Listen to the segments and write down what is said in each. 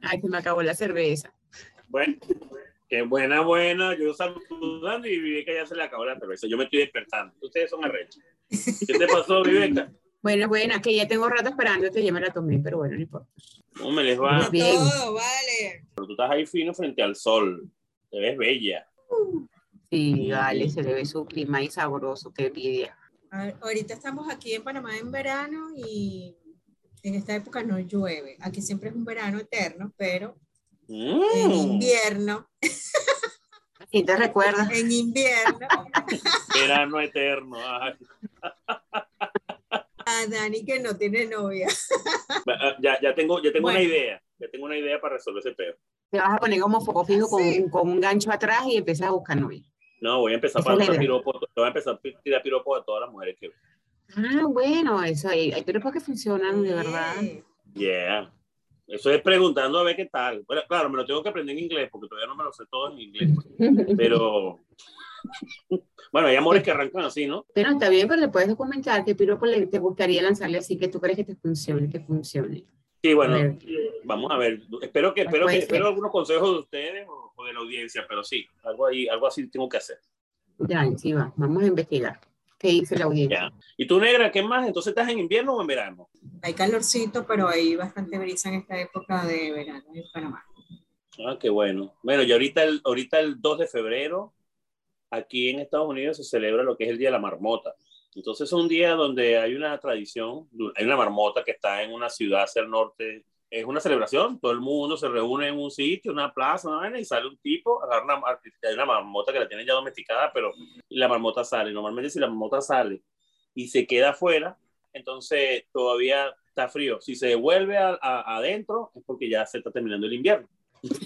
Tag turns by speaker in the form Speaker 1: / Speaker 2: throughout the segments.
Speaker 1: Ay, se me acabó la cerveza.
Speaker 2: Bueno, qué buena, buena. Yo saludando y Viveca ya se le acabó la cerveza. Yo me estoy despertando. Ustedes son arrechos. ¿Qué te pasó, Viveca?
Speaker 1: Bueno, buena, que ya tengo rato esperándote, ya me la tomé, pero bueno, no importa.
Speaker 2: ¿Cómo me les va?
Speaker 1: Muy bien.
Speaker 3: Todo, vale.
Speaker 2: Pero tú estás ahí fino frente al sol. Te ves bella.
Speaker 1: Sí, vale, se le ve su clima y sabroso, qué envidia.
Speaker 3: A ver, ahorita estamos aquí en Panamá en verano y en esta época no llueve. Aquí siempre es un verano eterno, pero en
Speaker 2: Mm,
Speaker 3: invierno,
Speaker 1: ¿Quién te recuerda?
Speaker 3: en invierno,
Speaker 2: verano eterno. Ay,
Speaker 3: a Dani que no tiene novia.
Speaker 2: Ah, ya, ya tengo, ya tengo una
Speaker 3: Bueno.
Speaker 2: idea. Ya tengo una idea para resolver ese peor.
Speaker 1: Te vas a poner como foco fijo con,
Speaker 3: Sí.
Speaker 1: con un gancho atrás y empiezas a buscar novia.
Speaker 2: No, voy a empezar
Speaker 1: Esa
Speaker 2: para
Speaker 1: es la
Speaker 2: tirar
Speaker 1: idea.
Speaker 2: piropos. Voy a empezar a tirar piropos a todas las mujeres que veo.
Speaker 1: Ah, bueno, eso ahí. Hay grupos que
Speaker 2: Ah,
Speaker 1: funcionan de verdad.
Speaker 3: Sí.
Speaker 2: Yeah. Eso es preguntando a ver qué tal. Bueno, claro, me lo tengo que aprender en inglés porque todavía no me lo sé todo en inglés. Pero. Bueno, hay amores que arrancan así, ¿no?
Speaker 1: Pero está bien, pero le puedes documentar qué piropo le- te gustaría lanzarle así que tú crees que te funcione, que funcione.
Speaker 2: Sí,
Speaker 1: A
Speaker 2: bueno,
Speaker 1: ver.
Speaker 2: vamos a ver. Espero que, espero que,
Speaker 1: Puede ser.
Speaker 2: espero algunos consejos de ustedes o, o de la audiencia, pero sí, algo ahí, algo así tengo que hacer.
Speaker 1: Dale, sí, va. Vamos a investigar. ¿Qué dice la audiencia?
Speaker 2: Ya. ¿Y tú, negra, qué más? Entonces estás en invierno o en verano?
Speaker 3: Hay calorcito, pero hay bastante brisa en esta época de verano en Panamá.
Speaker 2: Ah, qué bueno. Bueno, y ahorita el, ahorita el 2 de febrero, aquí en Estados Unidos se celebra lo que es el Día de la Marmota. Entonces es un día donde hay una tradición, hay una marmota que está en una ciudad hacia el norte. Es una celebración, todo el mundo se reúne en un sitio, una plaza, una vaina, y sale un tipo, agarra una, mar- hay una marmota que la tienen ya domesticada, pero la marmota sale. Normalmente si la marmota sale y se queda afuera, entonces todavía está frío. Si se devuelve a- a- adentro es porque ya se está terminando el invierno.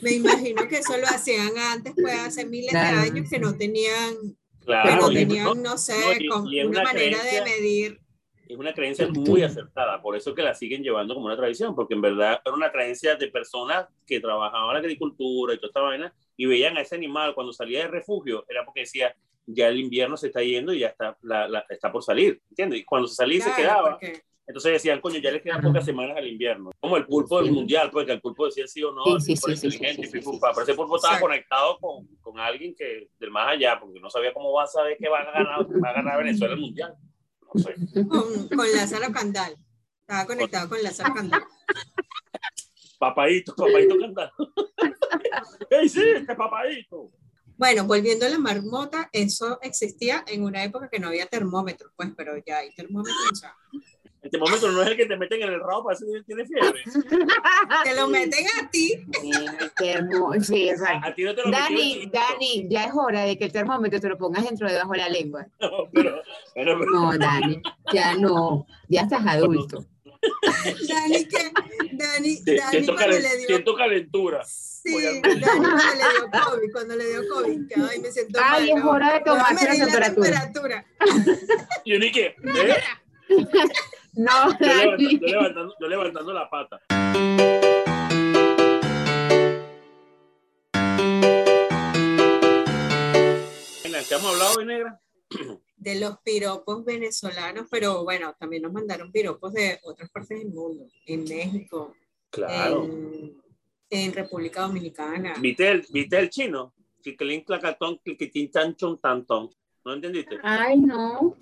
Speaker 3: Me imagino que eso lo hacían antes, pues hace miles
Speaker 1: Claro.
Speaker 3: de años que no tenían, que
Speaker 2: Claro,
Speaker 3: no
Speaker 2: y-
Speaker 3: tenían, no
Speaker 2: no,
Speaker 3: sé,
Speaker 2: y-
Speaker 3: con-
Speaker 2: y es
Speaker 3: una
Speaker 2: una
Speaker 3: manera de
Speaker 2: creencia-
Speaker 3: medir.
Speaker 2: es una creencia muy acertada, por eso que la siguen llevando como una tradición, porque en verdad era una creencia de personas que trabajaban en la agricultura y toda esta vaina, y veían a ese animal cuando salía de refugio, era porque decía, ya el invierno se está yendo y ya está, la, la- está por salir, ¿entiendes? Y cuando se salía y se
Speaker 3: Claro,
Speaker 2: quedaba,
Speaker 3: porque-
Speaker 2: entonces decían, coño, ya le quedan
Speaker 1: Ajá.
Speaker 2: pocas semanas al invierno. Como el pulpo del
Speaker 1: Sí.
Speaker 2: mundial, porque el pulpo decía sí o no,
Speaker 1: Sí,
Speaker 2: el
Speaker 1: sí,
Speaker 2: pulpo era
Speaker 1: sí, sí, sí,
Speaker 2: inteligente,
Speaker 1: sí, sí,
Speaker 2: pipu,
Speaker 1: sí,
Speaker 2: pa,
Speaker 1: sí,
Speaker 2: pero ese pulpo estaba
Speaker 3: Exacto.
Speaker 2: conectado con, con alguien que del más allá, porque no sabía cómo va a saber que va a ganar, va a ganar Venezuela el mundial. No sé.
Speaker 3: con, con Lázaro Candal. Estaba conectado con Lázaro Candal.
Speaker 2: Papadito, papadito cantando. ¿Qué hiciste, papadito?
Speaker 3: Bueno, volviendo a la marmota, eso existía en una época que no había termómetro, pues, pero ya hay termómetro. o sea,
Speaker 2: Este momento no es el que te meten en el rabo para decir que tienes fiebre.
Speaker 3: te lo meten a ti.
Speaker 1: El termo- Sí,
Speaker 2: A,
Speaker 1: exacto.
Speaker 2: a ti no te lo
Speaker 1: Dani,
Speaker 2: metieron.
Speaker 1: Dani, ya es hora de que el termómetro te lo pongas dentro debajo de la lengua.
Speaker 2: No, pero, pero- pero-
Speaker 1: No, Dani, ya no, ya estás adulto.
Speaker 3: Dani, que, Dani,
Speaker 2: te-
Speaker 3: Dani
Speaker 2: siento,
Speaker 3: cuando
Speaker 2: calen-
Speaker 3: le dio.
Speaker 2: siento calentura.
Speaker 3: Sí,
Speaker 2: voy a-
Speaker 3: Dani cuando le dio COVID, cuando le dio COVID, que ay, me siento
Speaker 1: Ay,
Speaker 3: mal,
Speaker 1: es
Speaker 3: no.
Speaker 1: hora de
Speaker 3: Me voy a
Speaker 1: tomarse
Speaker 3: medir
Speaker 1: la temperatura.
Speaker 3: temperatura.
Speaker 2: Y yo ni que, ¿eh?
Speaker 1: No,
Speaker 2: Yo levanta-
Speaker 1: Dani.
Speaker 2: yo levantando, yo levantando la pata. Venga, ¿Qué hemos hablado hoy, negra?
Speaker 3: De los piropos venezolanos, pero bueno, también nos mandaron piropos de otras partes del mundo, en México, en, en República Dominicana.
Speaker 2: Eh. ¿Viste el, viste el chino? Cliquilín, clacatón, cliquitín, tanchón, tantón. ¿No entendiste?
Speaker 1: Ay, no.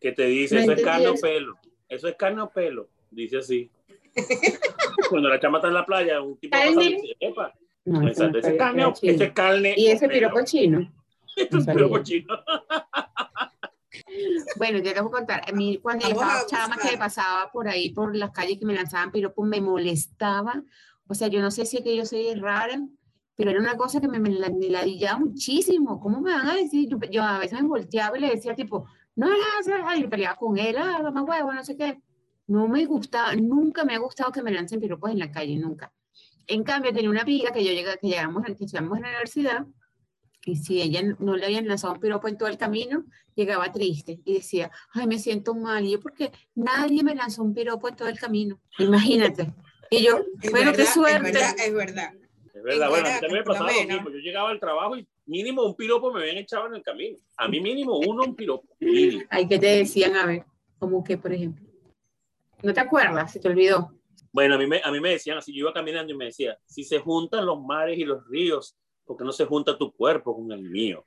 Speaker 2: Que te dice,
Speaker 1: No
Speaker 2: eso es
Speaker 1: entendí
Speaker 2: carne o
Speaker 1: eso.
Speaker 2: pelo. Eso es carne o pelo. Dice así. Cuando la chama está en la playa, un tipo pasa
Speaker 1: Carne.
Speaker 2: y dice, epa,
Speaker 1: No, eso
Speaker 2: exacto,
Speaker 1: no
Speaker 2: ese es
Speaker 1: está
Speaker 2: carne,
Speaker 1: bien,
Speaker 2: o-
Speaker 1: chino.
Speaker 2: ese es carne.
Speaker 1: Y
Speaker 2: o
Speaker 1: ese
Speaker 2: pelo".
Speaker 1: piropo chino.
Speaker 2: Ese es
Speaker 1: no
Speaker 2: piropo
Speaker 1: sabía.
Speaker 2: chino.
Speaker 1: Bueno, yo les voy a contar. A mí, cuando yo
Speaker 3: Vamos
Speaker 1: estaba
Speaker 3: a
Speaker 1: chama
Speaker 3: buscar.
Speaker 1: que pasaba por ahí, por las calles que me lanzaban piropos, me molestaba. O sea, yo no sé si es que yo soy rara, pero era una cosa que me, me la- me ladillaba muchísimo. ¿Cómo me van a decir? Yo, yo a veces me volteaba y le decía, tipo, no, no, no, no", y peleaba con él, ah, mamá huevo, no sé qué. No me gustaba, nunca me ha gustado que me lancen piropos en la calle, nunca. En cambio, tenía una amiga que yo llegaba, que llegamos, que estudiamos en la universidad, y si ella n- no le habían lanzado un piropo en todo el camino, llegaba triste y decía, ay, me siento mal. Y yo, porque nadie me lanzó un piropo en todo el camino. Imagínate. Y yo,
Speaker 3: Es
Speaker 1: bueno,
Speaker 3: verdad,
Speaker 1: qué
Speaker 3: es
Speaker 1: suerte.
Speaker 3: verdad, es verdad.
Speaker 2: Es verdad,
Speaker 3: En
Speaker 2: bueno, a mí
Speaker 3: Caracas,
Speaker 2: también me
Speaker 3: por lo
Speaker 2: pasaba lo
Speaker 3: menos.
Speaker 2: mismo. Yo llegaba al trabajo y mínimo un piropo me habían echado en el camino. A mí mínimo uno, un piropo. Mínimo.
Speaker 1: Ay, ¿qué te decían? A ver, como que, por ejemplo. ¿No te acuerdas? Se te olvidó.
Speaker 2: Bueno, a mí, me, a mí me decían así, yo iba caminando y me decía, si se juntan los mares y los ríos, ¿por qué no se junta tu cuerpo con el mío?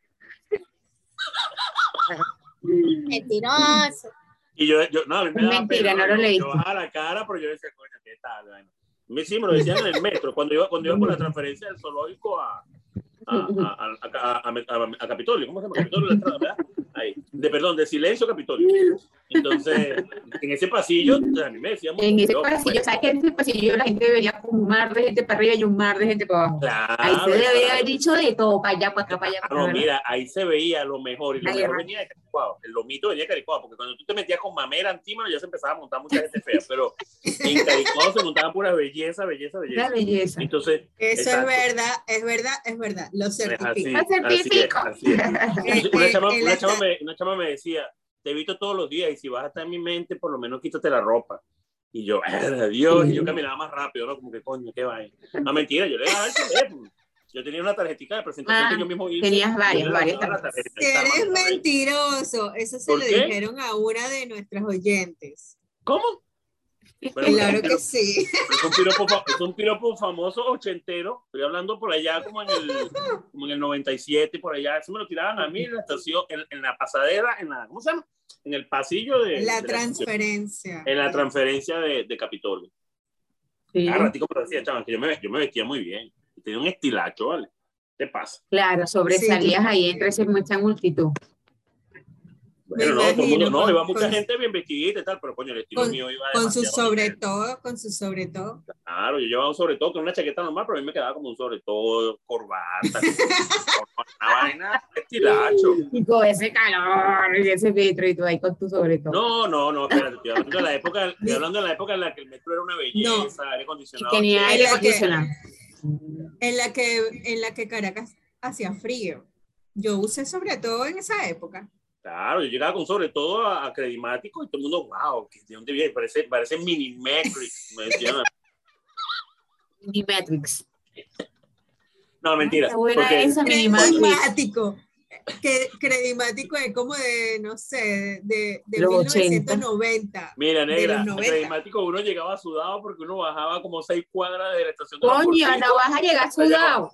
Speaker 3: Mentiroso.
Speaker 2: Y yo, yo no, a mí me daba
Speaker 1: Mentira,
Speaker 2: pena,
Speaker 1: no lo
Speaker 2: yo-
Speaker 1: leíste.
Speaker 2: Yo bajaba la cara, pero yo decía, coño, ¿qué tal? Bueno, me- sí, me lo decían en el metro, cuando iba, cuando iba por la transferencia del zoológico a, a, a, a, a- a- a Capitolio, ¿cómo se llama? Capitolio, la entrada, ¿verdad? Ahí. De, perdón, de silencio a Capitolio. Entonces, en ese pasillo, a mí me decían mucho,
Speaker 1: En ese
Speaker 2: yo,
Speaker 1: pasillo,
Speaker 2: bueno,
Speaker 1: ¿sabes qué? En ese pasillo la gente debería con un mar de gente para arriba y un mar de gente para abajo.
Speaker 2: Claro,
Speaker 1: Ahí se debería
Speaker 2: claro.
Speaker 1: haber dicho de todo, para allá, para acá, para allá.
Speaker 2: Ah,
Speaker 1: Para
Speaker 2: no,
Speaker 1: acá,
Speaker 2: mira, ahí se veía lo mejor y lo
Speaker 1: Ahí
Speaker 2: mejor
Speaker 1: va.
Speaker 2: venía de Caricuado. El lomito venía de Caricuado, porque cuando tú te metías con mamera antímano ya se empezaba a montar mucha gente fea, pero en Caricuado se montaban pura belleza, belleza,
Speaker 1: ¿verdad? La
Speaker 2: belleza.
Speaker 1: belleza.
Speaker 2: Entonces,
Speaker 3: Eso
Speaker 2: Exacto.
Speaker 3: es verdad, es verdad, es verdad. Lo
Speaker 2: es así,
Speaker 3: certifico.
Speaker 2: así es, así es.
Speaker 3: Eh,
Speaker 2: Una
Speaker 3: eh,
Speaker 2: chama,
Speaker 3: el
Speaker 2: una
Speaker 3: ata-
Speaker 2: chama me, una chama me decía, te evito todos los días y si vas a estar en mi mente, por lo menos quítate la ropa. Y yo, Dios, y yo caminaba más rápido, ¿no? Como que coño, qué vaina. No, mentira, yo le daba el teléfono. Yo tenía una tarjetica de presentación
Speaker 1: Ah,
Speaker 2: que yo mismo hice.
Speaker 1: Tenías varias,
Speaker 2: Yo le
Speaker 1: varias.
Speaker 2: daba la
Speaker 1: tarjetas.
Speaker 2: tarjeta,
Speaker 3: Que
Speaker 2: estaba
Speaker 3: eres
Speaker 2: mandando ahí.
Speaker 3: mentiroso. Eso se
Speaker 2: ¿Por
Speaker 3: lo
Speaker 2: qué?
Speaker 3: dijeron a una de nuestras oyentes.
Speaker 2: ¿Cómo? Bueno,
Speaker 3: Claro
Speaker 2: pero-
Speaker 3: que sí.
Speaker 2: Es un, piropo, fa- es un piropo famoso ochentero. Estoy hablando por allá como en el, como en el 97, por allá. Eso me lo tiraban a mí en la estación, en, en la pasadera, en la, ¿cómo se llama? En el pasillo de.
Speaker 3: La
Speaker 2: de
Speaker 3: transferencia.
Speaker 2: en la transferencia de, de Capitolio.
Speaker 1: Sí,
Speaker 2: Cada ratico me lo decía, chaval, que yo me, yo me vestía muy bien. Tenía un estilacho, ¿vale? ¿Qué pasa?
Speaker 1: Claro, sobresalías ahí entre esa mucha multitud.
Speaker 2: Bueno,
Speaker 3: Me
Speaker 2: no, todo el mundo,
Speaker 3: imagino
Speaker 2: no,
Speaker 3: con-
Speaker 2: iba mucha
Speaker 3: con-
Speaker 2: gente bien vestidita y tal, pero coño, el estilo
Speaker 3: Con-
Speaker 2: mío iba
Speaker 3: Con su
Speaker 2: demasiado
Speaker 3: sobre
Speaker 2: bien.
Speaker 3: todo, con su sobre todo.
Speaker 2: Claro, yo llevaba un sobre todo con una chaqueta normal, pero a mí me quedaba como un sobre todo, corbata, una vaina estilacho.
Speaker 1: Y con ese calor y ese metro y tú ahí con tu sobre todo.
Speaker 2: No, no, no, espérate, estoy hablando de la época, estoy hablando de la época en la que el metro era una belleza, aire acondicionado.
Speaker 1: Tenía aire
Speaker 3: Es la que-
Speaker 1: acondicionado.
Speaker 3: En la que, en la que Caracas hacía frío. Yo usé sobre todo en esa época.
Speaker 2: Claro, yo llegaba con sobre todo a, a Credimático y todo el mundo, wow, que de dónde viene, parece, parece mini Matrix, me decían.
Speaker 1: Mini Matrix.
Speaker 2: No, mentira.
Speaker 1: Está Ah, buena
Speaker 2: porque-
Speaker 1: esa mini Matrix.
Speaker 3: Credimático. Que credimático es como de, no sé, de, de
Speaker 1: Los
Speaker 3: 1990.
Speaker 2: Mira, negra,
Speaker 3: los
Speaker 2: a
Speaker 3: 90.
Speaker 2: Credimático uno llegaba sudado porque uno bajaba como seis cuadras de la estación de
Speaker 1: Coño,
Speaker 2: Portillo.
Speaker 1: no vas a llegar sudado.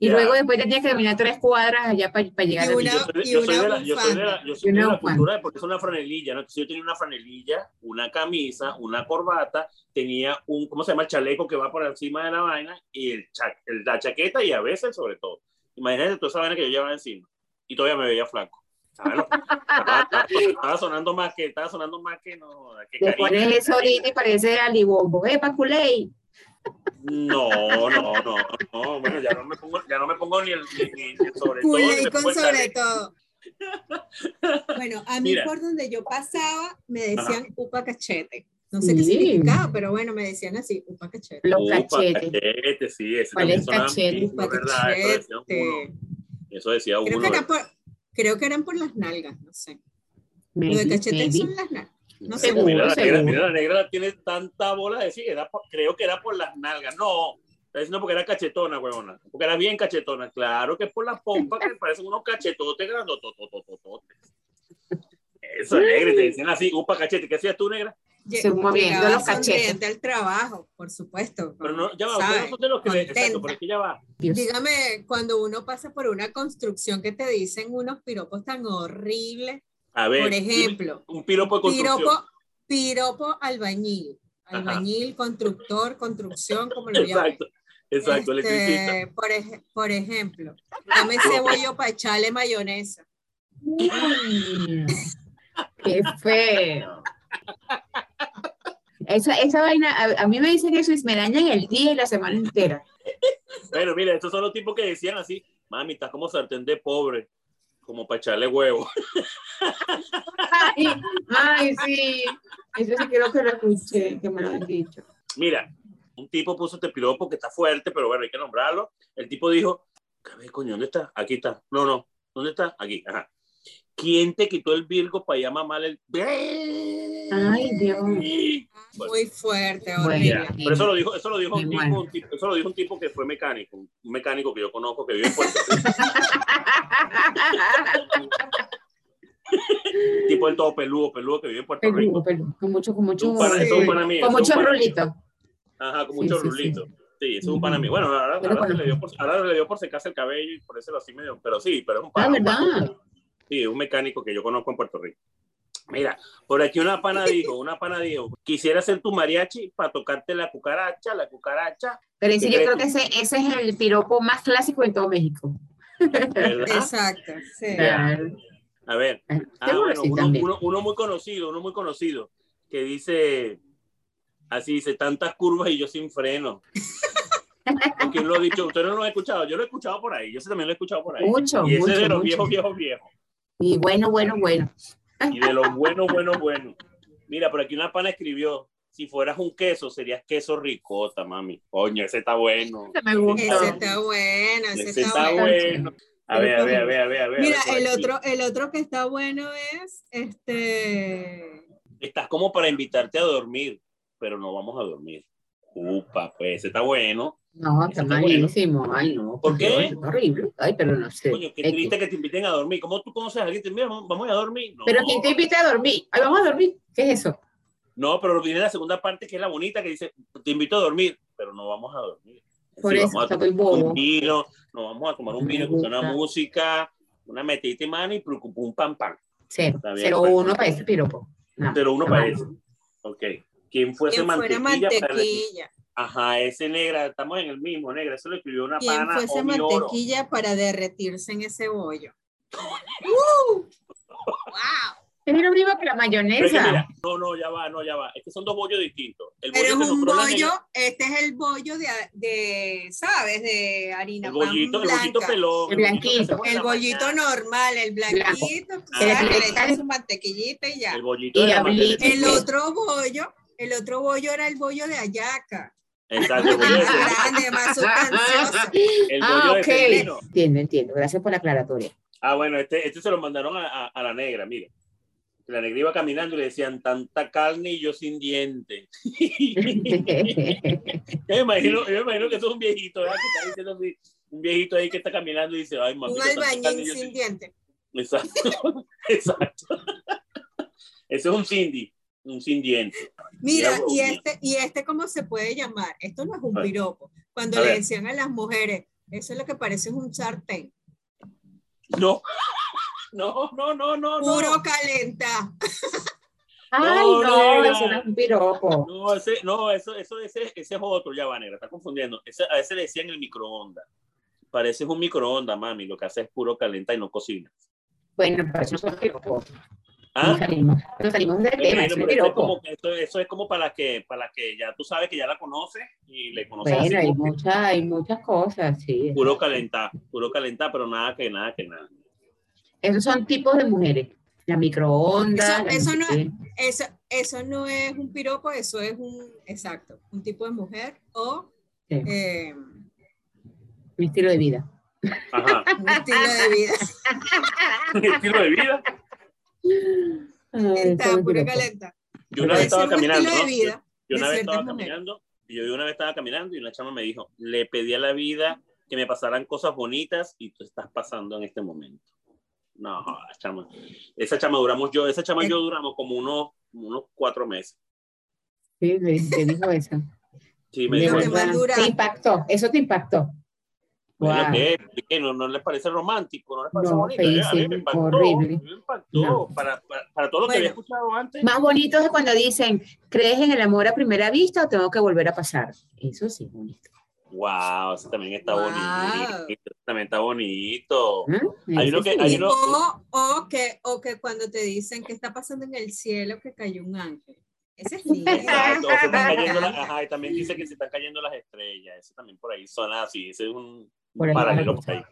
Speaker 1: Y
Speaker 2: Ya.
Speaker 1: luego después tenías que caminar tres cuadras allá para, llegar
Speaker 3: Y
Speaker 1: a
Speaker 2: Y
Speaker 3: una-
Speaker 2: yo soy- yo soy de la- yo soy de la- yo soy
Speaker 1: Y
Speaker 2: de
Speaker 1: una
Speaker 2: la
Speaker 1: bufanda.
Speaker 2: cultura de porque es una franelilla, ¿no? Entonces Yo tenía una franelilla, una camisa, una corbata, tenía un, ¿cómo se llama? El chaleco que va por encima de la vaina y el cha- el- la chaqueta y a veces sobre todo. Imagínate toda esa vaina que yo llevaba encima y todavía me veía flaco. Ah, no. estaba, estaba- estaba sonando más que, estaba sonando más que no. joda, que
Speaker 1: Le
Speaker 2: Karina,
Speaker 1: pones eso
Speaker 2: Karina.
Speaker 1: ahorita y parece alibombo. ¡Epa, culé!
Speaker 2: No, no, no, no. Bueno, ya no me pongo, ya no me pongo ni el, ni- ni el sobre todo. ni
Speaker 3: Culé
Speaker 2: me
Speaker 3: con
Speaker 2: pongo el
Speaker 3: sobre
Speaker 2: chaleco.
Speaker 3: todo. Bueno, a mí
Speaker 2: Mira.
Speaker 3: por donde yo pasaba me decían upa cachete. No sé qué
Speaker 1: Bien.
Speaker 3: significaba, pero bueno, me decían así, upa cachete.
Speaker 1: Los
Speaker 2: Upa,
Speaker 1: cachetes.
Speaker 2: cachete, sí, ese
Speaker 1: ¿Cuál
Speaker 2: también
Speaker 1: es
Speaker 2: sonaba
Speaker 1: cachete?
Speaker 2: muchísimo,
Speaker 3: Upa
Speaker 2: ¿verdad? Eso decía uno.
Speaker 3: cachete.
Speaker 2: Eso decía
Speaker 3: Creo
Speaker 2: uno.
Speaker 3: que, era
Speaker 2: ¿verdad?
Speaker 3: por, creo que eran por las nalgas, no sé.
Speaker 1: Maybe,
Speaker 3: Lo de cachete
Speaker 1: maybe.
Speaker 3: son las nalgas. no
Speaker 2: Mira, mira,
Speaker 3: sé.
Speaker 2: la
Speaker 1: Seguro,
Speaker 2: negra,
Speaker 1: seguro.
Speaker 2: mira, la negra tiene tanta bola de decir, era por- creo que era por las nalgas. No, está diciendo porque era cachetona, huevona. Porque era bien cachetona. Claro que es por las pompas que parecen unos cachetotes grandotototototes. Eso, negra, y te dicen así, upa cachete. ¿Qué hacías tú, negra?
Speaker 3: Lle-
Speaker 1: Se moviendo
Speaker 3: llegaba
Speaker 1: los cachetes.
Speaker 3: sonriente al trabajo, por supuesto.
Speaker 2: Pero no, ya va,
Speaker 3: ¿sabe?
Speaker 2: ustedes no son de los que le- Exacto,
Speaker 3: Contenta.
Speaker 2: pero es que ya va.
Speaker 1: Dios.
Speaker 3: Dígame, cuando uno pasa por una construcción que te dicen unos piropos tan horribles,
Speaker 2: A ver,
Speaker 3: por
Speaker 2: dime,
Speaker 3: ejemplo,
Speaker 2: un piropo de construcción.
Speaker 3: piropo, piropo albañil, albañil, constructor, construcción, como lo llaman.
Speaker 2: Exacto, exacto,
Speaker 3: Este,
Speaker 2: electricista.
Speaker 3: por, ej- por ejemplo, dame ese bollo para echarle mayonesa.
Speaker 1: Uy, ¡Qué feo! Esa, esa vaina, a, a mí me dicen eso y me dañan el día y la semana entera.
Speaker 2: Bueno, mira, estos son los tipos que decían así, mami, estás como sartén de pobre, como para echarle huevo.
Speaker 1: ¡Ay, ay, sí! Eso sí creo que lo escuché, que me lo han dicho.
Speaker 2: Mira, un tipo puso este piropo que está fuerte, pero bueno, hay que nombrarlo. El tipo dijo, "A ver, coño, ¿dónde está? Aquí está. No, no, ¿dónde está? Aquí, ajá. ¿Quién te quitó el virgo para llamar mal el...
Speaker 1: ¡Ay, Dios!
Speaker 2: Bueno.
Speaker 3: Muy fuerte,
Speaker 1: Bueno.
Speaker 3: horrible.
Speaker 2: Ya, Pero eso lo dijo, eso lo dijo un
Speaker 1: Me
Speaker 2: tipo,
Speaker 1: muero.
Speaker 2: un tipo- eso lo dijo un tipo que fue mecánico, un mecánico que yo conozco que vive en Puerto Rico. Un tipo del todo peludo, peludo que vive en Puerto Rico.
Speaker 1: Peludo, peludo, con mucho, con mucho,
Speaker 2: Un pana-
Speaker 3: Sí.
Speaker 2: eso es un pana mío,
Speaker 1: con
Speaker 2: eso es un
Speaker 1: mucho
Speaker 2: pana mío.
Speaker 1: rulito.
Speaker 2: Ajá, con mucho rulito. Sí, eso es un pana mío. Bueno, ahora, ahora se le dio por, ahora le dio por secarse el cabello y por eso lo así medio. Pero sí, pero es un pana.
Speaker 1: Ah,
Speaker 2: un pana.
Speaker 1: ¿verdad?
Speaker 2: Sí, un mecánico que yo conozco en Puerto Rico. Mira, por aquí una pana dijo, una pana dijo, quisiera ser tu mariachi para tocarte la cucaracha, la cucaracha,
Speaker 1: Pero en sí,
Speaker 2: ¿Qué
Speaker 1: yo
Speaker 2: crees
Speaker 1: creo que ese, ese es el piropo más clásico en todo México.
Speaker 2: ¿verdad?
Speaker 3: Exacto, sí.
Speaker 1: Claro.
Speaker 2: A ver, ah,
Speaker 1: Seguro
Speaker 2: bueno,
Speaker 1: sí
Speaker 2: uno,
Speaker 1: también.
Speaker 2: uno- uno muy conocido, uno muy conocido, que dice, así dice, tantas curvas y yo sin freno. ¿O ¿Quién lo ha dicho? Usted no lo ha escuchado, yo lo he escuchado por ahí, yo ese también lo he escuchado por ahí.
Speaker 1: Mucho,
Speaker 2: y ese
Speaker 1: mucho,
Speaker 2: es de los
Speaker 1: mucho.
Speaker 2: viejos, viejos, viejos.
Speaker 1: Y bueno, bueno, bueno.
Speaker 2: Y de los buenos, buenos, buenos. Mira, por aquí una pana escribió, si fueras un queso, serías queso ricota, mami. Coño, ese está bueno.
Speaker 1: Me
Speaker 3: Ese
Speaker 1: gusta.
Speaker 3: está bueno, ese,
Speaker 2: Ese está pues, bueno. A ver, a ver, a ver, a ver. a ver,
Speaker 3: Mira,
Speaker 2: a ver por
Speaker 3: el
Speaker 2: aquí.
Speaker 3: otro, el otro que está bueno es este.
Speaker 2: Estás como para invitarte a dormir, pero no vamos a dormir. Upa, pues ese está bueno.
Speaker 1: No, está
Speaker 2: Está bueno.
Speaker 1: malísimo. Ay, no.
Speaker 2: ¿Por qué?
Speaker 1: Dios, está horrible. Ay, pero no sé.
Speaker 2: Coño, qué
Speaker 1: X.
Speaker 2: triste que te inviten a dormir. ¿Cómo tú conoces a alguien? Te- Mira, vamos vamos a dormir. No,
Speaker 1: Pero ¿quién te invita a dormir? Ay, vamos a dormir. ¿Qué es eso?
Speaker 2: no, pero viene la segunda parte que es la bonita que dice, te invito a dormir, pero no vamos a dormir.
Speaker 1: Por
Speaker 2: Sí,
Speaker 1: eso
Speaker 2: vamos a
Speaker 1: está
Speaker 2: tomar
Speaker 1: muy bobo.
Speaker 2: un vino, nos vamos a tomar un
Speaker 1: Me
Speaker 2: vino, escuchar una
Speaker 1: gusta.
Speaker 2: música, una metidita y mano y un pam pam.
Speaker 1: Cero.
Speaker 2: Está bien,
Speaker 1: Cero
Speaker 2: pues.
Speaker 1: uno para ese piropo. No,
Speaker 2: Pero uno
Speaker 1: está
Speaker 2: para
Speaker 1: mal.
Speaker 2: ese. Ok. ¿Quién fuese
Speaker 3: Quien Ah. fuera
Speaker 2: mantequilla? para la-
Speaker 3: mantequilla.
Speaker 2: Ajá, ese negra, estamos en el mismo, negra. Eso lo escribió una
Speaker 3: Quien
Speaker 2: pana
Speaker 3: fuese
Speaker 2: Omi Oro.
Speaker 3: mantequilla para derretirse en ese bollo. ¡Uh! ¡Wow!
Speaker 1: Es lo mismo que la
Speaker 2: Pero es que
Speaker 1: mayonesa.
Speaker 2: mira, no, no, ya va, no, ya va. Es que son dos bollos distintos. El bollo
Speaker 3: Pero es
Speaker 2: que
Speaker 3: un
Speaker 2: compró la
Speaker 3: bollo,
Speaker 2: negra,
Speaker 3: este es el bollo de, de ¿sabes? De harina
Speaker 2: el
Speaker 3: pan
Speaker 2: bollito, el
Speaker 3: blanca.
Speaker 2: bollito pelón.
Speaker 1: El
Speaker 2: bollito que
Speaker 1: blanquito.
Speaker 2: hacemos en
Speaker 3: El
Speaker 2: la
Speaker 3: bollito
Speaker 2: mañana,
Speaker 3: normal, el blanquito,
Speaker 2: Ah.
Speaker 3: que le
Speaker 1: El
Speaker 3: echan su mantequillita y ya.
Speaker 2: El bollito
Speaker 1: Y
Speaker 2: de la
Speaker 1: la
Speaker 2: mañana.
Speaker 1: blanca.
Speaker 3: El otro bollo, el otro bollo era el bollo de ayaca,
Speaker 2: Exacto, el bollo de
Speaker 3: más
Speaker 2: celestino.
Speaker 3: grande, más sustancioso.
Speaker 2: El
Speaker 1: Ah,
Speaker 2: bollo de
Speaker 1: ok.
Speaker 2: celestino.
Speaker 1: Entiendo, entiendo. Gracias por la aclaratoria.
Speaker 2: Ah, bueno, este, este se lo mandaron a, a- a la negra, mire. La negra iba caminando y le decían tanta carne y yo sin dientes. Yo me imagino, yo me imagino que eso es un viejito, ¿verdad? Que está diciendo así, un viejito ahí que está caminando y dice, ay, mamá.
Speaker 3: Un albañil sin dientes.
Speaker 2: Exacto, exacto. Eso es un Cindy, un sin diente. Mira,
Speaker 3: Mira, y
Speaker 2: Dios mío.
Speaker 3: este, y este, ¿cómo se puede llamar? Esto no es un
Speaker 2: A ver.
Speaker 3: piropo. Cuando
Speaker 2: A
Speaker 3: le
Speaker 2: ver.
Speaker 3: decían a las mujeres, eso es lo que parece un sartén.
Speaker 2: No, no, no, no, no.
Speaker 3: Puro
Speaker 2: No,
Speaker 3: calenta.
Speaker 1: Ay,
Speaker 2: No,
Speaker 1: no,
Speaker 2: negra.
Speaker 1: eso no es un piropo.
Speaker 2: no, ese, no eso, eso, ese, ese es otro, ya va, negra, está confundiendo. Ese, a ese le decían el microondas. Parece un microondas, mami, lo que hace es puro calenta y no cocina.
Speaker 1: Bueno, pero eso no es un piropo.
Speaker 2: ¿Ah?
Speaker 1: Nos salimos, nos salimos del tema.
Speaker 2: Bueno,
Speaker 1: Eso es un
Speaker 2: pero eso es
Speaker 1: piropo.
Speaker 2: como, eso, eso es como para que, para que ya tú sabes que ya la conoces y le conoces así
Speaker 1: Bueno, hay
Speaker 2: como
Speaker 1: muchas, hay muchas cosas, sí.
Speaker 2: puro calentar, puro calentar, pero nada que nada que nada.
Speaker 1: Esos son tipos de mujeres. La microondas.
Speaker 3: Eso-
Speaker 1: la
Speaker 3: eso
Speaker 1: sé
Speaker 3: no-
Speaker 1: qué.
Speaker 3: Eso, eso no es un piropo, eso es un, exacto, un tipo de mujer o
Speaker 1: Sí.
Speaker 3: eh,
Speaker 1: Mi estilo de vida.
Speaker 2: Ajá.
Speaker 3: un estilo de vida.
Speaker 2: estilo de vida.
Speaker 1: Ah, Eso es
Speaker 3: Está
Speaker 1: un
Speaker 3: puro
Speaker 1: piropo.
Speaker 3: calenta.
Speaker 2: Yo una
Speaker 1: Puede
Speaker 2: vez
Speaker 3: Puede ser
Speaker 2: estaba
Speaker 3: un
Speaker 2: caminando,
Speaker 3: estilo
Speaker 2: ¿no?
Speaker 3: de
Speaker 2: Yo,
Speaker 3: vida.
Speaker 2: yo una
Speaker 3: de
Speaker 2: vez estaba
Speaker 3: ciertas mujeres.
Speaker 2: caminando, y yo una vez estaba caminando y una chama me dijo, le pedí a la vida que me pasaran cosas bonitas y tú estás pasando en este momento. No, chama. Esa chama duramos yo, esa chama y
Speaker 1: Eh.
Speaker 2: yo duramos como unos, como unos cuatro meses.
Speaker 1: Sí, me te dijo eso.
Speaker 2: Sí, me
Speaker 1: De
Speaker 2: dijo,
Speaker 3: Lo que
Speaker 2: eso.
Speaker 1: verdad.
Speaker 3: más dura.
Speaker 1: Te impactó, eso te impactó.
Speaker 2: Bueno,
Speaker 1: Guau.
Speaker 2: ¿qué? ¿Qué? ¿No, no les parece romántico, no les parece
Speaker 1: No,
Speaker 2: bonito. Eh, A mí
Speaker 1: feísimo,
Speaker 2: me impactó,
Speaker 1: horrible.
Speaker 2: a mí me impactó.
Speaker 1: No.
Speaker 2: Para, para, para todo lo que
Speaker 3: Bueno.
Speaker 2: había escuchado antes.
Speaker 1: Más bonito es cuando dicen, ¿crees en el amor a primera vista o tengo que volver a pasar? Eso sí, es bonito.
Speaker 2: Wow, ese también está
Speaker 3: Wow.
Speaker 2: bonito. ese también está bonito.
Speaker 1: ¿Mm?
Speaker 2: Hay
Speaker 1: Eso
Speaker 2: uno que-
Speaker 1: sí.
Speaker 2: hay uno-
Speaker 3: O, o, que, o que cuando te dicen que está pasando en el cielo que cayó un ángel. Ese es lindo.
Speaker 2: Exacto, se están
Speaker 3: Me
Speaker 2: cayendo las-
Speaker 3: encanta.
Speaker 2: ajá, y también dice que se están cayendo las estrellas. Eso también por ahí suena así. Ese es un
Speaker 1: Por ahí.
Speaker 2: paralelo por ahí.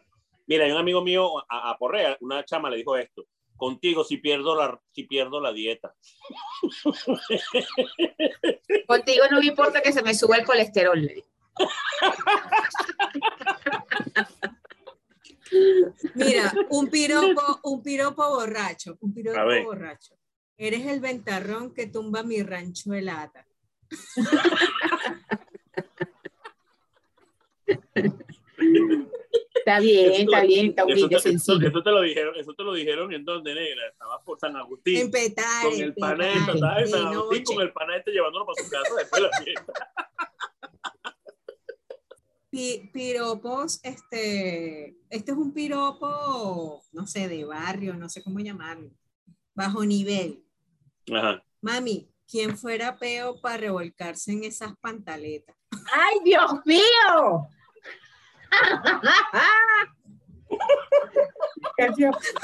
Speaker 2: Mira, hay un amigo mío a, a Porrea, una chama le dijo esto. Contigo si pierdo la, si pierdo la dieta.
Speaker 1: Contigo no me importa que se me suba el colesterol. le digo.
Speaker 3: Mira, un piropo, un piropo borracho, un
Speaker 2: A
Speaker 3: piropo
Speaker 2: ver.
Speaker 3: borracho. Eres el ventarrón que tumba mi rancho helada.
Speaker 1: Está bien,
Speaker 2: Eso-
Speaker 1: está bien, está
Speaker 2: eso,
Speaker 1: bonito,
Speaker 2: te, eso,
Speaker 1: sencillo.
Speaker 2: eso te lo dijeron, eso te lo dijeron en donde negra. Estaba por San Agustín.
Speaker 3: En petare,
Speaker 2: con el
Speaker 3: petare,
Speaker 2: pana este, estaba en
Speaker 3: de
Speaker 2: San Agustín
Speaker 3: noche.
Speaker 2: con el pana este llevándolo para su casa después de la fiesta.
Speaker 3: pi- piropos, este, este es un piropo, no sé, de barrio, no sé cómo llamarlo, bajo nivel.
Speaker 2: Ajá.
Speaker 3: Mami, ¿quién fuera peo para revolcarse en esas pantaletas?
Speaker 1: ¡Ay, Dios mío!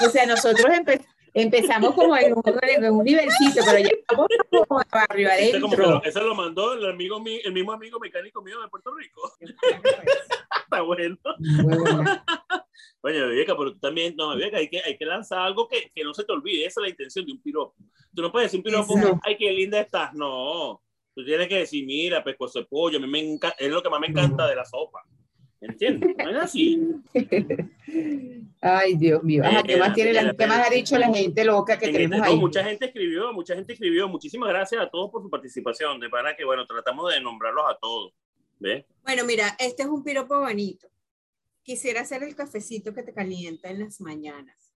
Speaker 1: o sea, nosotros empe- empezamos como en un, en un nivelcito, pero ya estamos como barrio
Speaker 2: Ese como que
Speaker 1: adentro.
Speaker 2: lo- ese lo mandó el, amigo, mi- el mismo amigo mecánico mío de Puerto Rico. Está bueno.
Speaker 1: Huevona.
Speaker 2: Bueno, Bebeca, pero tú también, no, Bebeca, hay que, hay que lanzar algo que, que no se te olvide. Esa es la intención de un piropo. Tú no puedes decir un piropo,
Speaker 3: Exacto.
Speaker 2: ay, qué linda estás. No, tú tienes que decir, mira, pescuezo de pollo, a mí me encanta, es lo que más me encanta de la sopa. ¿Entiendes? No es así.
Speaker 1: Ay, Dios mío. Ajá, ¿qué, más
Speaker 2: Espera,
Speaker 1: tiene la-
Speaker 2: espera,
Speaker 1: ¿Qué más ha
Speaker 2: espera.
Speaker 1: dicho la gente loca que
Speaker 2: En
Speaker 1: tenemos
Speaker 2: este- no,
Speaker 1: ahí?
Speaker 2: mucha gente escribió, mucha gente escribió. Muchísimas gracias a todos por su participación. De para que, bueno, tratamos de nombrarlos a todos. ¿Ves?
Speaker 3: Bueno, mira, este es un piropo bonito. Quisiera hacer el cafecito que te calienta en las mañanas.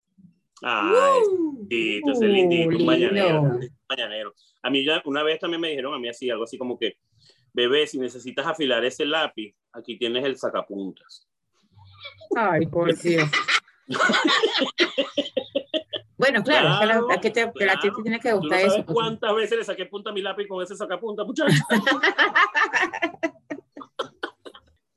Speaker 2: Ay,
Speaker 3: ¡Uh!
Speaker 2: sí, tú eres
Speaker 1: Uh,
Speaker 2: lindito, un
Speaker 1: lindo.
Speaker 2: mañanero, un mañanero. A mí ya una vez también me dijeron a mí así, algo así como que, bebé, si necesitas afilar ese lápiz, aquí tienes el sacapuntas.
Speaker 1: Ay, por Dios. bueno, claro, es que la-
Speaker 2: Claro,
Speaker 1: la, que te, que la
Speaker 2: claro.
Speaker 1: gente tiene que
Speaker 2: ¿Tú no
Speaker 1: gustar
Speaker 2: sabes
Speaker 1: eso.
Speaker 2: cuántas veces le saqué punta a mi lápiz con ese sacapunta, muchachos?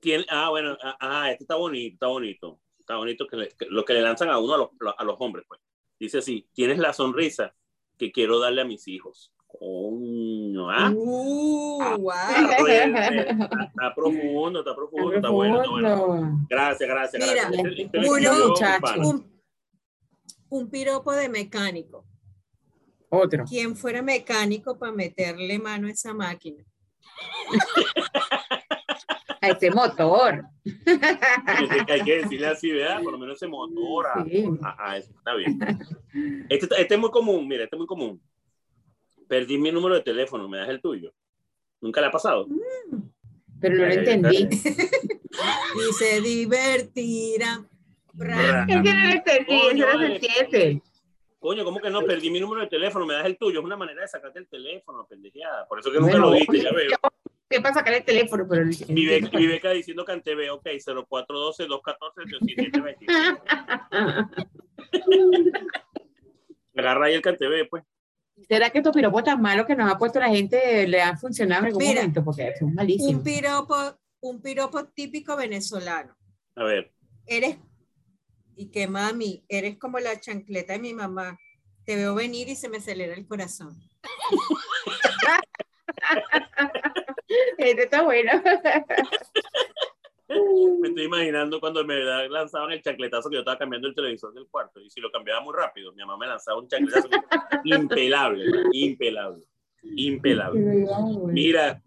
Speaker 2: Tiene- ah, bueno, ah, ah, este está bonito, está bonito. Está bonito que, le- que- lo que le lanzan a uno a los, a los hombres, pues. Dice así, tienes la sonrisa que quiero darle a mis hijos. Coño, ah,
Speaker 3: ¡Uh!
Speaker 2: está,
Speaker 3: ¡Wow!
Speaker 2: fuerte, está- está profundo, está profundo, está bueno, está bueno. Gracias, gracias,
Speaker 3: Mira,
Speaker 2: gracias. Este- este me
Speaker 3: uno,
Speaker 2: escribió mi
Speaker 1: muchacho.
Speaker 2: pana.
Speaker 3: Un, un piropo de mecánico.
Speaker 1: Otro.
Speaker 3: ¿Quién fuera mecánico para meterle mano a esa máquina?
Speaker 1: A ese motor.
Speaker 2: Hay que- hay que decirle así, ¿verdad? Por lo menos se motora.
Speaker 1: Sí.
Speaker 2: Ah, ah, eso está bien. Este, está- este es muy común, mira, este es muy común. Perdí mi número de teléfono, me das el tuyo. Nunca le ha pasado.
Speaker 1: Pero no lo
Speaker 2: Ay,
Speaker 1: entendí.
Speaker 3: Y se divertirá. Ra-
Speaker 1: Es que no lo entendí,
Speaker 2: Coño,
Speaker 1: eso no se
Speaker 2: vale.
Speaker 1: entiende.
Speaker 2: Coño, ¿cómo que no? Perdí mi número de teléfono, me das el tuyo. Es una manera de sacarte el teléfono, pendejeada. Por eso que nunca
Speaker 1: Bueno,
Speaker 2: lo viste, ya veo.
Speaker 1: ¿Qué pasa? Sacar el teléfono, pero no
Speaker 2: Mi
Speaker 1: entiendo.
Speaker 2: beca, mi beca diciendo que ante veo, ok, 0412 214 8725.
Speaker 1: Ah,
Speaker 2: Agarra ahí el Cantebe, pues.
Speaker 1: ¿Será que estos piropos tan malos que nos ha puesto la gente le han funcionado en algún
Speaker 3: Mira.
Speaker 1: momento? Porque son
Speaker 3: Un
Speaker 1: malísimos.
Speaker 3: piropo, un piropo típico venezolano.
Speaker 2: A ver.
Speaker 3: Eres, y que mami, eres como la chancleta de mi mamá. Te veo venir y se me acelera el corazón.
Speaker 1: Este está bueno.
Speaker 2: Me estoy imaginando cuando me lanzaban el chancletazo que yo estaba cambiando el televisor del cuarto. Y si lo cambiaba muy rápido, mi mamá me lanzaba un chancletazo impelable, impelable, impelable. Mira,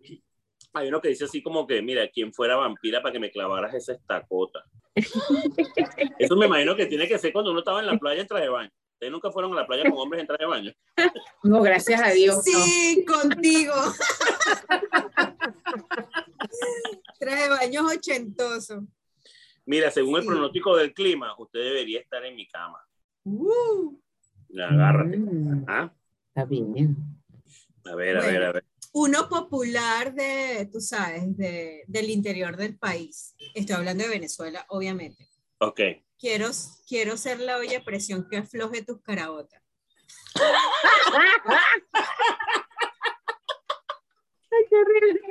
Speaker 2: hay uno que dice así como que, mira, quien fuera vampira para que me clavaras esa estacota. Eso me imagino que tiene que ser cuando uno estaba en la playa en traje de baño. Ustedes nunca fueron a la playa con hombres en traje de baño.
Speaker 1: No, gracias a Dios. no.
Speaker 3: Sí, contigo. Trae baños ochentoso.
Speaker 2: Mira, según el
Speaker 3: Sí.
Speaker 2: pronóstico del clima, usted debería estar en mi cama.
Speaker 3: Uh,
Speaker 2: Agárrate.
Speaker 1: Mm,
Speaker 2: Ah,
Speaker 1: Está bien.
Speaker 2: A ver, a ver, a ver.
Speaker 3: uno popular de, tú sabes, de- del interior del país. Estoy hablando de Venezuela, obviamente.
Speaker 2: Ok.
Speaker 3: Quiero, quiero ser la olla a presión que afloje tus caraotas.
Speaker 1: Ay, qué horrible.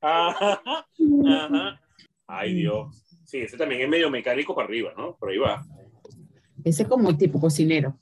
Speaker 2: Ajá. Ajá. Ay, Dios. Sí, ese también es medio mecánico para arriba, ¿no? Por ahí va.
Speaker 1: Ese es como el tipo cocinero.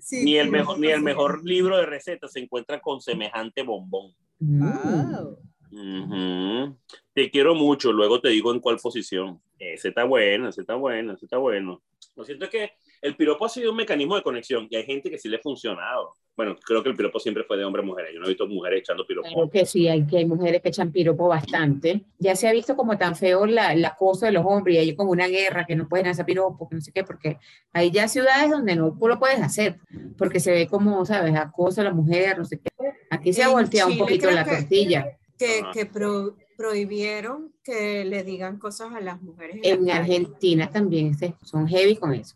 Speaker 3: Sí,
Speaker 2: Ni el
Speaker 3: sí,
Speaker 2: mejor,
Speaker 3: sí.
Speaker 2: ni el mejor libro de recetas se encuentra con semejante bombón.
Speaker 1: Mm.
Speaker 3: Wow.
Speaker 2: Ujú. Te quiero mucho, luego te digo en cuál posición. Ese está bueno, ese está bueno, ese está bueno. Lo cierto es que el piropo ha sido un mecanismo de conexión y hay gente que sí le ha funcionado. Bueno, creo que el piropo siempre fue de hombre a mujer. Yo no he visto mujeres echando piropos.
Speaker 1: Claro que sí, hay, que hay mujeres que echan piropo bastante. Ya se ha visto como tan feo la, el acoso de los hombres, y hay como una guerra que no pueden hacer piropo, que no sé qué, porque hay ya ciudades donde no lo puedes hacer, porque se ve como, ¿sabes? Acoso a la mujer, no sé qué. Aquí se ha
Speaker 3: En
Speaker 1: volteado un
Speaker 3: Chile
Speaker 1: poquito
Speaker 3: creo
Speaker 1: la
Speaker 3: que-
Speaker 1: tortilla.
Speaker 3: Que,
Speaker 2: Ajá.
Speaker 3: que pro- prohibieron que le digan cosas a las mujeres. en
Speaker 1: En
Speaker 3: la calle.
Speaker 1: Argentina también se- son heavy con eso.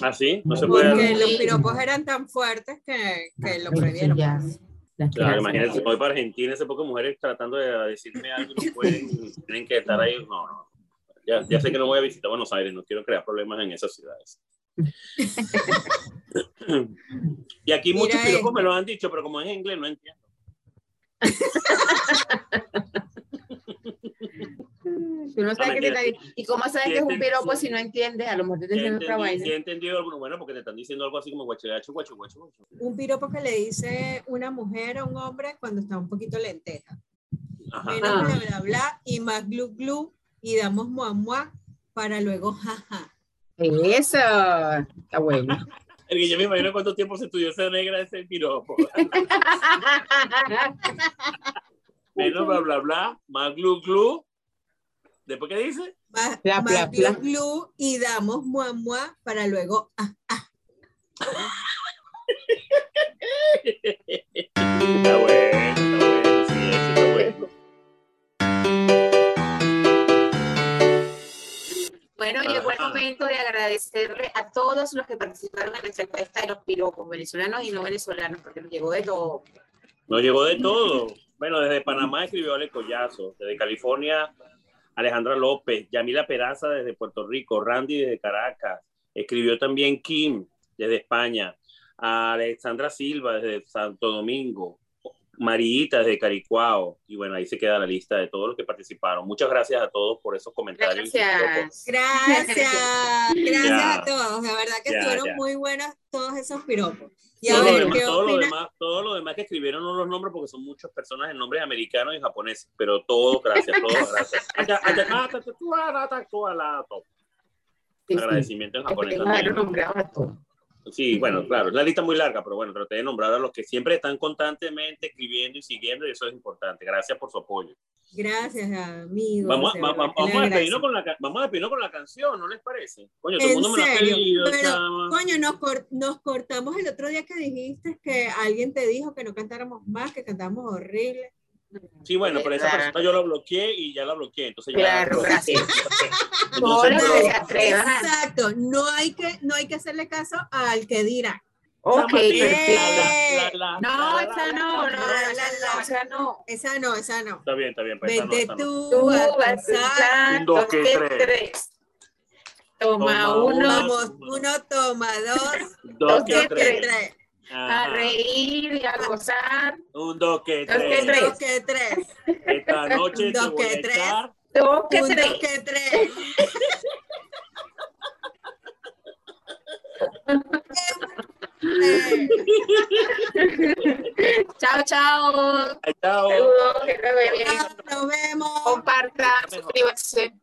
Speaker 2: ¿Ah, sí? No se puede.
Speaker 3: Porque
Speaker 1: Sí.
Speaker 3: los piropos eran tan fuertes que, que lo
Speaker 1: Pero sí,
Speaker 3: prohibieron.
Speaker 1: ya.
Speaker 2: Claro, imagínate, voy para Argentina, ese poco mujeres tratando de decirme algo, no pueden, tienen que estar ahí. No, no. Ya, ya, sé que no voy a visitar Buenos Aires, no quiero crear problemas en esas ciudades. y aquí Mira muchos filósofos me lo han dicho, pero como es en inglés, no entiendo.
Speaker 1: Mm, Tú no sabes no, que te está... ¿Y cómo sabes que es un piropo si no entiendes? A lo mejor te
Speaker 2: estoy diciendo otra vaina. he entendido alguno, bueno, porque te están diciendo algo así como guachilacho, guacho, guacho, guacho.
Speaker 3: Un piropo que le dice una mujer a un hombre cuando está un poquito lenteja. Ajá. Menos ah. bla, bla, bla, y más glu, glu, y damos mua, mua, para luego jaja.
Speaker 1: Eso, está bueno.
Speaker 2: yo me imagino cuánto tiempo se estudió esa negra ese piropo. Menos bla, bla, bla, más glu, glu, ¿Después qué dice?
Speaker 3: Más, bla, más bla, bla. Glu, y damos mua mua para luego ah, ah.
Speaker 2: está bueno, está bueno,
Speaker 1: sí, está bueno. Bueno,
Speaker 2: Ah.
Speaker 1: llegó el momento de agradecerle a todos los que participaron en nuestra encuesta de los piropos venezolanos y no venezolanos, porque nos llegó de todo.
Speaker 2: Nos llegó de todo. Bueno, desde Panamá escribió Ale Collazo, desde California Alejandra López, Yamila Peraza desde Puerto Rico, Randy desde Caracas, escribió también Kim desde España, Alexandra Silva desde Santo Domingo, Marita desde Caricuao, y bueno, ahí se queda la lista de todos los que participaron. Muchas gracias a todos por esos comentarios.
Speaker 3: Gracias, gracias, gracias ya. a todos, la verdad que ya, estuvieron ya. muy buenas todos esos piropos.
Speaker 2: Y todo, a ver, lo demás, todo, lo demás, todo, lo demás, que escribieron no los nombres porque son muchas personas en nombres americanos y japoneses, pero todo, gracias, todo, gracias. ah, Agradecimiento en japonés. Sí, bueno, claro, es la lista muy larga, pero bueno, traté de nombrar a los que siempre están constantemente escribiendo y siguiendo, y eso es importante. Gracias por su apoyo.
Speaker 3: Gracias, amigos.
Speaker 2: Vamos, va, va, vamos, a despedirnos con la, vamos a despedirnos con la canción, ¿no les parece? Coño, todo el mundo serio? me la ha pedido.
Speaker 3: Pero, chama. coño, nos, cor nos, cortamos el otro día que dijiste que alguien te dijo que no cantáramos más, que cantamos horrible.
Speaker 2: Sí, bueno, pero esa persona yo la bloqueé y ya la bloqueé, entonces
Speaker 1: claro, ya. gracias.
Speaker 3: exacto, no hay que no hay que hacerle caso al que dirá.
Speaker 1: Ok, no, esa no, no, esa no.
Speaker 3: Esa no, esa no.
Speaker 2: Está bien, está bien.
Speaker 3: Pues Vete esa no, tú, tú vas a
Speaker 2: Un, dos, que tres.
Speaker 3: Toma, uno, vamos, uno, toma dos,
Speaker 2: dos, que tres.
Speaker 1: Ajá. a reír y a gozar.
Speaker 2: Un dos que tres.
Speaker 3: Dos que tres.
Speaker 2: Esta noche
Speaker 3: un dos que tres.
Speaker 1: Dos que
Speaker 3: un
Speaker 1: tres.
Speaker 3: Dos que tres. eh,
Speaker 1: chao, chao.
Speaker 2: Chao.
Speaker 1: Saludos, que te
Speaker 3: Nos vemos.
Speaker 1: Compartan, suscríbanse.